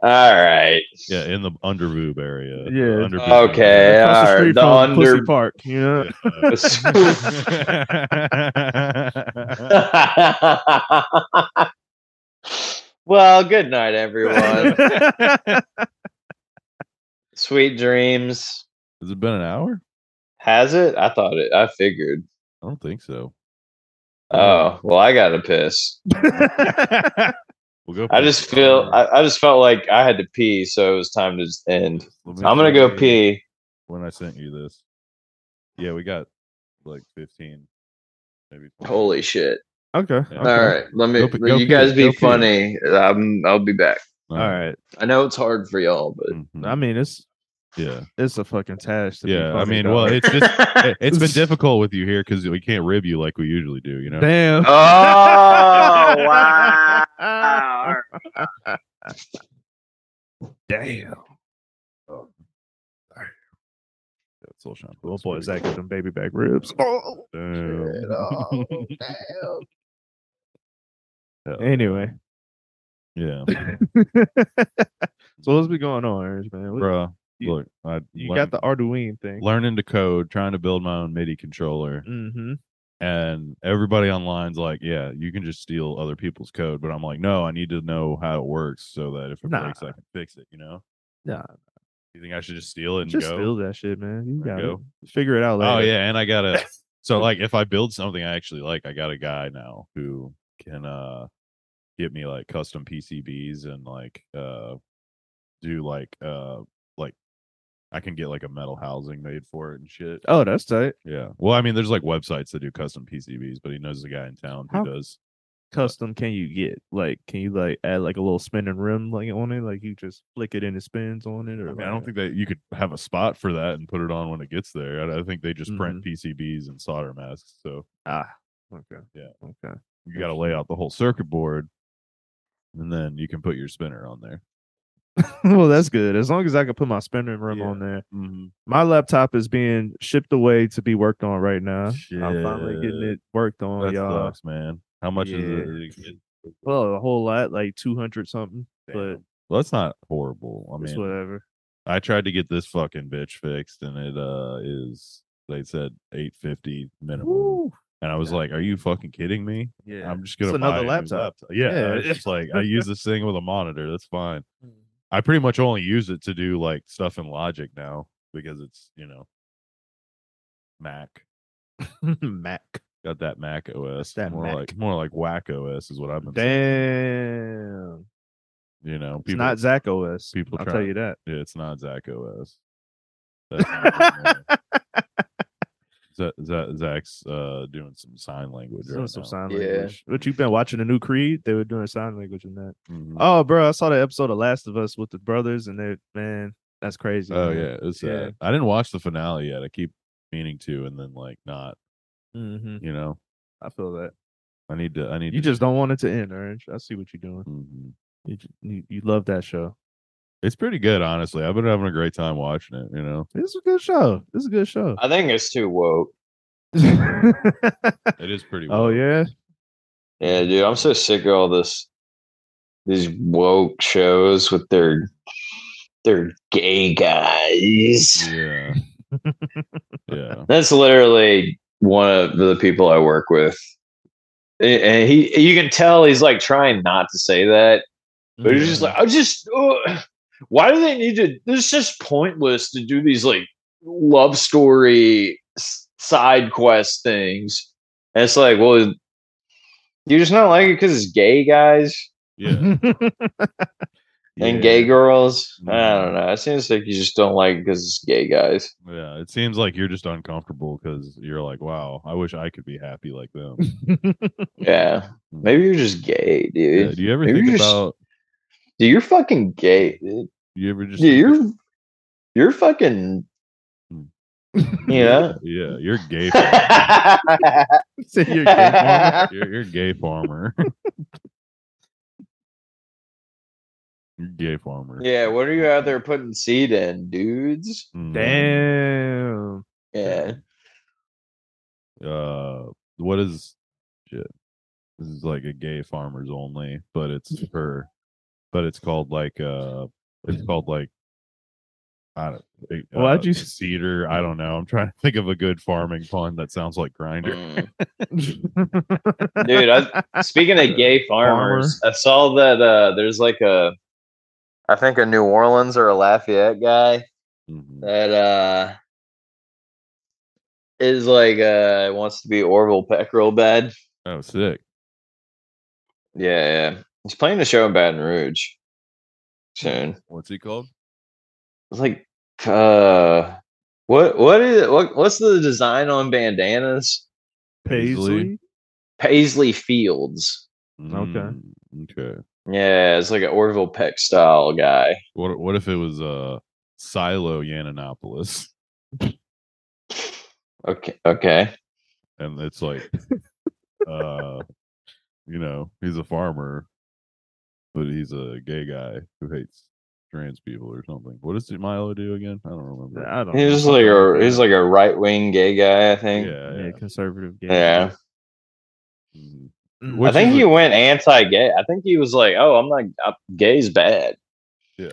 All [laughs] right. [laughs] Yeah, in the Underboob area. the Yeah. Underboob area. Okay. [laughs] Across all right. the street The from under- Pussy Park. You know? Yeah. well, good night, everyone. Sweet dreams. [laughs] Has it been an hour? Has it? I thought it. I figured. I don't think so. Oh, well, I got to piss. [laughs] We'll go. I past just the feel, hour. I, I just felt like I had to pee, so it was time to just end. Let me I'm going to tell go you pee. When I sent you this, yeah, we got like 15, maybe. 20. Holy shit. okay. Yeah. All right. Let me, Go pee- go you pee. guys Go be pee. funny. Um, I'll be back. Uh, All right. I know it's hard for y'all, but. mhm. I mean, it's yeah, it's a fucking task. To be yeah. I funny, mean, dog. well, [laughs] it's [laughs] just it, it's been difficult with you here because we can't rib you like we usually do. You [laughs] [laughs] know. damn. oh, wow. Damn. That's all Sean. Well, That's boy, pretty Zach good. got them baby back ribs. Oh, Damn. [laughs] shit. Oh, damn. Anyway, Yeah, so what's been going on, Ernest, man? What- bro. you- Look, I you learn- got the Arduino thing. learning to code, trying to build my own MIDI controller, Mm-hmm. and everybody online's like, "Yeah, you can just steal other people's code," but I'm like, "No, I need to know how it works so that if it Nah. breaks, I can fix it." You know? Nah. You think I should just steal it and Just go? build that shit, man. You There got you to go. figure it out later. Oh yeah, and I [laughs] gotta. so like, if I build something I actually like, I got a guy now who can uh get me like custom PCBs and like uh do like uh like I can get like a metal housing made for it and shit. Oh, that's tight. Yeah. Well, I mean, there's like websites that do custom PCBs, but he knows the guy in town who How- does. Custom? Can you get like? Can you like add like a little spin and rim like on it? Like you just flick it and it spins on it, or I, mean, like I don't a- think that you could have a spot for that and put it on when it gets there. I, I think they just print PCBs and solder masks. So Ah, okay. Yeah. Okay. [laughs] you got to lay out the whole circuit board, and then you can put your spinner on there. well, that's good. As long as I can put my spinning room Yeah. on there. Mhm. My laptop is being shipped away to be worked on right now. I'm finally getting Shit. it worked on, that y'all. sucks, man. How much is Yeah. it? Well, a whole lot, like two hundred something, but Damn. Well, that's not horrible. I it's mean, whatever. I tried to get this fucking bitch fixed, and it uh is they said eight fifty minimum, and I was like, "Are you fucking kidding me? Yeah, I'm just gonna It's another buy a new laptop. Yeah, Yeah. it's just like I use this thing with a monitor. [laughs] That's fine. I pretty much only use it to do like stuff in Logic now because it's you know Mac. [laughs] Mac. Got that Mac OS. that more Mac. like more like Whack OS is what I've been. saying, Damn, You know, it's not Zach OS. people I'll try- tell you that. Yeah, it's not Zach OS. That's not [laughs] Z- Zach's uh, doing some sign language. Doing right some now. sign Yeah. language. But you've been watching the new Creed. They were doing sign language in that. Mhm. Oh, bro, I saw the episode of Last of Us with the brothers, and they man, that's crazy. Oh man. yeah, it's Yeah. sad. I didn't watch the finale yet. I keep meaning to, and then like not. Mhm. You know, I feel that. I need to. I need. You to, just don't want it to end, Orange. I see what you're doing. Mhm. You, j- you, you love that show. It's pretty good, honestly. I've been having a great time watching it. You know, It's a good show. It's a good show. I think it's too woke. Uh, it is pretty. [laughs] oh well. yeah, Yeah, dude, I'm so sick of all this these woke shows with their their gay guys. Yeah. [laughs] Mm-hmm. yeah. That's literally one of the people I work with. A- And he you can tell he's like trying not to say that, but he's just like, I just ugh, why do they need to it's just pointless to do these like love story s- side quest things. And it's like, well, you're just not like it because it's gay guys. Yeah. and yeah. gay girls. I Mhm. don't know. It seems like you just don't like because it's gay guys. Yeah, it seems like you're just uncomfortable because you're like, wow, I wish I could be happy like them. Yeah, maybe you're just gay, Mm-hmm. Yeah, dude. do you ever Maybe think you're just- about? Dude, you're fucking gay. Dude, Do you ever just? Dude, think [laughs] you're you're fucking. Hmm. You know. [laughs] that- yeah, you're [laughs] gay. farmer. yeah, [laughs] Say you're gay, Mama. you're, you're gay farmer. [laughs] you're gay farmer. what are you out there putting seed in, dudes? Mhm. [laughs] Damn. Yeah, Uh, what is? Shit. This is like a gay farmers only, but Mm-hmm. it's for, but it's called like uh, it's called like. I don't. uh, Why'd you- cedar? I don't know. I'm trying to think of a good farming pun that sounds like grinder. Mm. dude. I, speaking of gay farmers, I saw that uh, there's like a, I think a New Orleans or a Lafayette guy Mm-hmm. Mhm. that uh is like uh wants to be Orville Peck real bad. Oh, sick. Yeah, yeah. He's playing a show in Baton Rouge soon. What's he called? It's like uh what what is it? What what's the design on bandanas? Paisley. Paisley Fields. Okay. Mm, okay. Yeah, it's like an Orville Peck style guy. What what if it was uh Silo Yaninopoulos Okay, okay. and it's like uh you know, he's a farmer but he's a gay guy who hates trans people or something. What does Milo do again? I don't remember. I don't. He's know. like a he's like a right wing gay guy, I Yeah. think. yeah. yeah, conservative. Gay. yeah. Mhm. Mm. Which I think is he a- went anti-gay. I think he was like, "Oh, I'm not uh, gay's bad.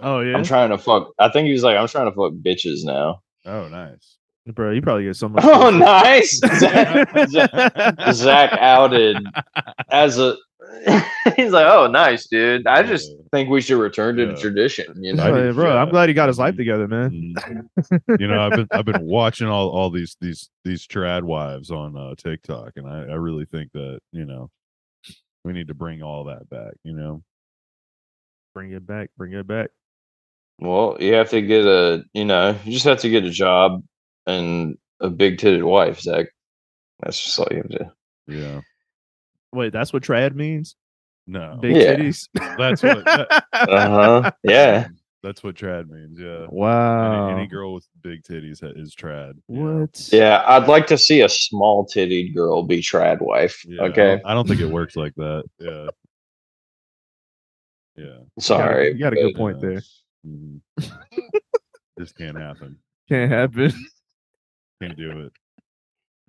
Oh yeah, I'm trying to fuck." I think he was like, "I'm trying to fuck bitches now." Oh, nice. bro. You probably get so much. [laughs] Oh, pussy. [laughs] nice! Zach, Zach- Zach outed as a. [laughs] He's like, "Oh, nice, dude. I just Yeah. think we should return to the Yeah. tradition." You It's I know? did- like, bro, I'm yeah. glad he got his life together, man. Mhm. you know, I've been I've been watching all all these these these trad wives on uh, TikTok, and I I really think that you know we need to bring all that back. You know, Bring it back. Bring it back. Well, you have to get a. You know, you just have to get a job and a big-titted wife, Zach. That's just all you have [laughs] to. yeah, Wait, that's what trad means. no, Big Yeah. [laughs] cities. titties. That's what- Uh huh. yeah. that's what trad means. Yeah, [laughs] wow. any, any girl with big titties ha- is trad. you know? Um, what? Yeah, I'd like to see a small titted girl be trad wife. Yeah, I okay. don't- I don't think it works like that. Yeah, yeah. You got a- Sorry. You got a good but- point but, uh, there. Mhm. [laughs] this can't happen. Can't happen. [laughs] Can't do it.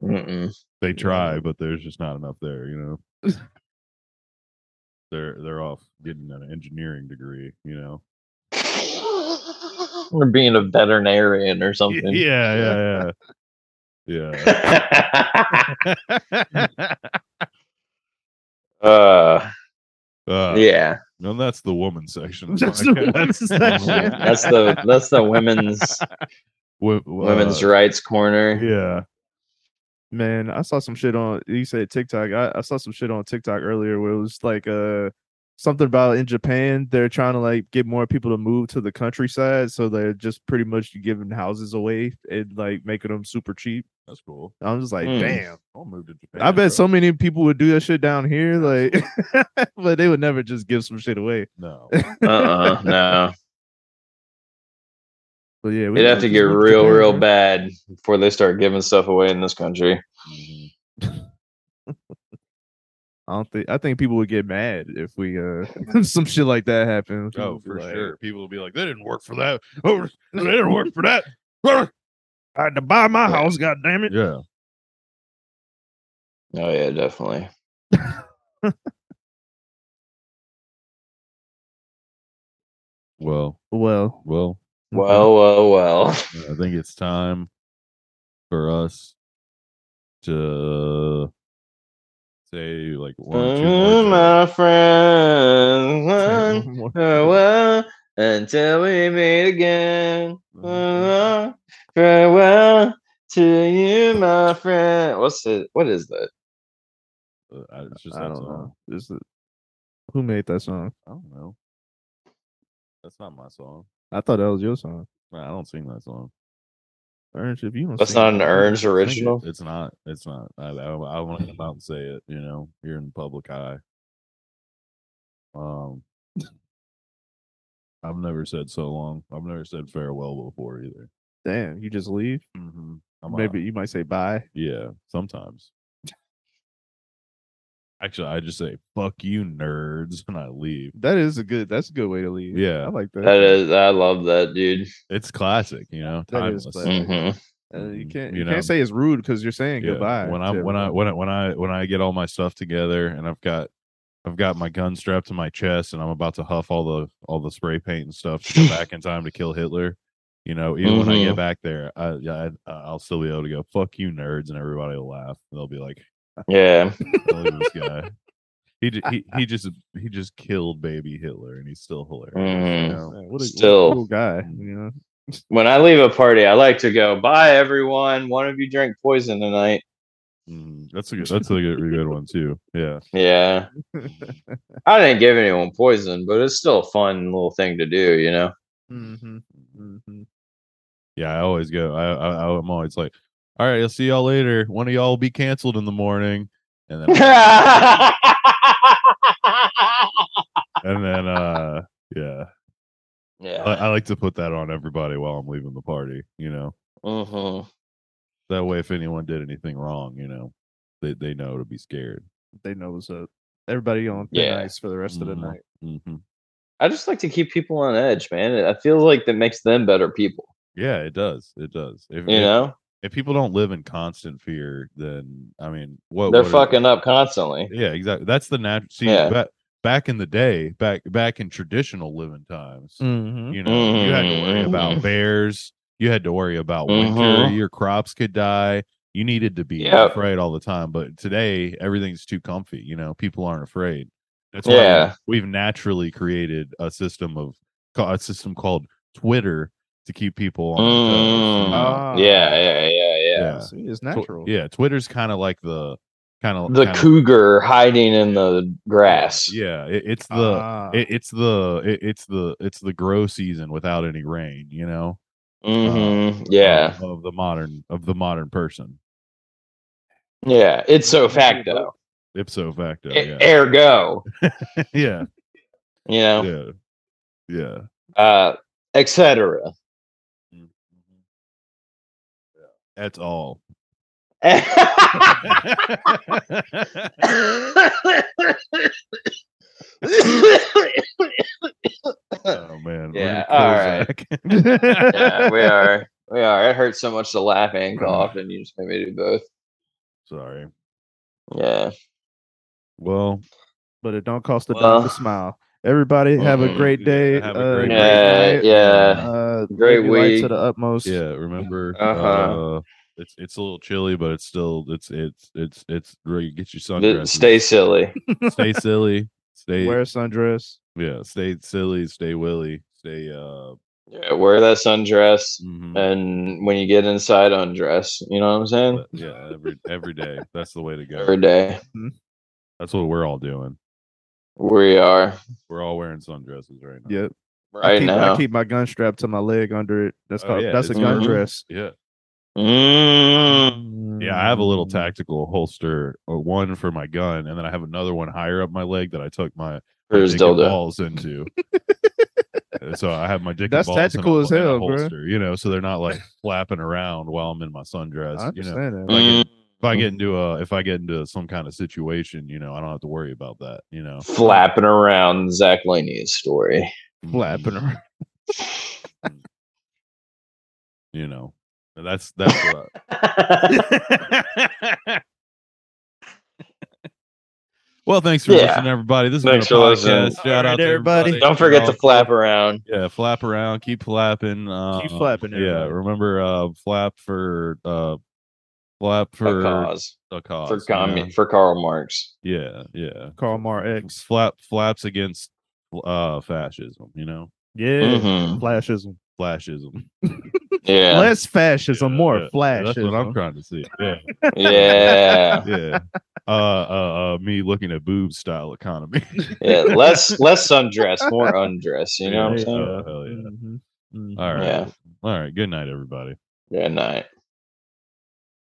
Mm-mm. They try, but there's just not enough there. You know, they're they're off getting an engineering degree. You know. Or being a veterinarian or Y- something. [laughs] Yeah, yeah, yeah, [laughs] yeah. [laughs] uh, Uh, [laughs] yeah, No, that's the woman section. of That's the [laughs] podcast. [laughs] woman section. that's the that's the women's Wo- women's uh, rights corner. Yeah. Man, I saw some shit on you said TikTok. I, I saw some shit on TikTok earlier where it was like uh something about in Japan they're trying to like get more people to move to the countryside, so they're just pretty much giving houses away and like making them super cheap. That's cool. I'm just like, Hmm. damn. I'll move to Japan. I bet bro. so many people would do that shit down here, like, [laughs] but they would never just give some shit away. No. Uh uh [laughs] no, But yeah, we it'd have might to just get move real, Japan, real bro. bad before they start giving stuff away in this country. Mhm. I don't think I think people would get mad if we uh [laughs] some shit like that happened. People Oh, would be for like, sure. People will be like, "They didn't work for that. [laughs] Oh, they didn't work for that." I had to buy my house, god damn it. yeah. Oh yeah, definitely. Well, Well, well, Well, well, well. I think it's time for us to say like one, or two Oh, my words. friends, [laughs] one Mm-hmm. Well, for one, until we meet again. Mm-hmm. Oh, farewell to you, my friend. What's it? What is that? Uh, I- it's just I that don't song. know. This is- who made that song? I don't know. That's not my song. I thought that was your song. Nah, I don't sing that song. Orange, if you don't That's sing not it, an you don't Orange sing it. original. It's not. It's not. I, I, I want to come out and say it. You know, here in the public eye. Um, I've never said so long. I've never said farewell before either. Damn, you just leave. Mm-hmm. I'm Maybe Maybe. you might say bye. yeah. Sometimes. Actually, I just say "fuck you, nerds" and I leave. That is a good. That's a good way to leave. Yeah. I like that. That Mm-hmm. is, I love that, dude. It's classic, [laughs] you know, That is timeless. classic. hmm Uh, you Mm, can't. you You, know. can't say it's rude because you're saying Yeah, goodbye. When I to when I everyone. when I when I when I get all my stuff together and I've got I've got my gun strapped to my chest and I'm about to huff all the all the spray paint and stuff [laughs] to go back in time to kill Hitler. You know, even when I get Mm-hmm. Mhm. back there, I, I I'll still be able to go fuck you nerds and everybody will laugh. They'll be like, Yeah. "I love this [laughs] guy." He, ju- he he just he just killed baby Hitler and he's still hilarious. Mhm. You know? Mm-hmm. Man, what a, Still. what a cool guy. You know. When I leave a party, I like to go, bye, everyone. One of you drink poison tonight. Mhm. [laughs] That's a good that's a good, good one too. Yeah. Yeah. I didn't give anyone poison, but it's still a fun little thing to do, you know? Mm-hmm. Mm-hmm. Yeah, I always go. I, I I'm always like, all right, I'll see y'all later. One of y'all will be canceled in the morning, and [laughs] then and then uh yeah, I, yeah. I like to put that on everybody while I'm leaving the party. You know, hmm that way if anyone did anything wrong, you know, they they know to be scared. They know what's up. Everybody on thin Yeah. ice for the rest of Mhm. the night. hmm I just like to keep people on edge, man. I feel like that makes them better people, Yeah, it does. It does. If, you if, know? if people don't live in constant fear, then I mean, what They're what are- fucking up constantly. Yeah, exactly. That's the natural. See, Yeah. ba- back in the day, back back in traditional living times, Mm-hmm. You know, you had to worry Mhm. about bears. You had to worry about winter. Mhm. Your crops could die. You needed to be Yep. afraid all the time. But today, everything's too comfy. You know, people aren't afraid. That's why Yeah. we've naturally created a system of ca- a system called Twitter to keep people on. their toes, you Mm. know? Ah. yeah, yeah, yeah, yeah. Oh. Yeah. See, it's Tw- Oh, natural. yeah, Twitter's kind of like the kind of The cougar hiding in the grass. Yeah, it- it's the Ah. it, [laughs] it's the it, it's the it's the grow season without any rain. You know. Uh-huh. hmm yeah. of, of the modern of the modern person Yeah. It's so facto. ipso facto E- yeah Ergo. [laughs] yeah You know? yeah yeah uh, etc. that's all oh oh man Uh, Oh, Yeah, All right. Prozac. [laughs] Yeah, we are. We are. It hurts so much to laugh and cough, and you just made me do both. Sorry. Yeah. Well, but it don't cost a Well. dime to smile. Everybody have a Mm-hmm. Mhm. great Yeah, day. have a uh, great Yeah. night, Yeah. Uh, Great live your life week. to the utmost. yeah. Remember, Uh-huh. uh, it's it's a little chilly, but it's still it's it's it's it's really get your Th- sundress. Stay silly. stay silly. Stay Wear a sundress. yeah. Stay silly. Stay willy. Stay uh. Yeah. Wear that sundress, mhm. and when you get inside, undress. You know what I'm saying? But, yeah. Every every day. That's the way to Every go. day, That's what we're all doing. we are We're all wearing sundresses right now. Yep. I, right keep, now. I keep my gun strapped to my leg under it. That's Oh, called. yeah, that's a it's- gun Mhm. dress. Yeah. Mm. Yeah, I have a Mm. little tactical holster, uh, one for my gun, and then I have another one higher up my leg that I took my Here's dick and dildo. balls into. And so I have my dick. and That's balls in a- tactical as in a hell, bruh. holster, You know, so they're [laughs] not like flapping around while I'm in my I sundress. You know, understand that. like it- Mm. if I get into a if I get into some kind of situation, you know, I don't have to worry about that. You know, Flapping around Zach Laney's story. Flapping around. Mm. You know, And that's that's what [laughs] I- well. Thanks for Yeah. listening, everybody. This is Thanks been a for podcast. listening. Shout Alright, out to everybody. [laughs] everybody. Don't forget to flap around. yeah flap around keep flapping uh, Keep flapping, yeah everybody. remember uh flap for uh flap For for cause. a cause, For, you commun- know? for Karl Marx. yeah yeah Karl Marx. flap flaps against uh fascism you know Yeah. Mhm. Flashism. flashism [laughs] Yeah. [laughs] Less fascism, Yeah, more yeah, yeah, flashism. that's what i'm trying to see yeah yeah. yeah uh, uh uh me looking at boob style economy [laughs] Yeah. Less less sundress, more undress. You know what I'm Yeah. saying? Oh, hell yeah Mhm. Mhm. all right Yeah. all right good night everybody Good night.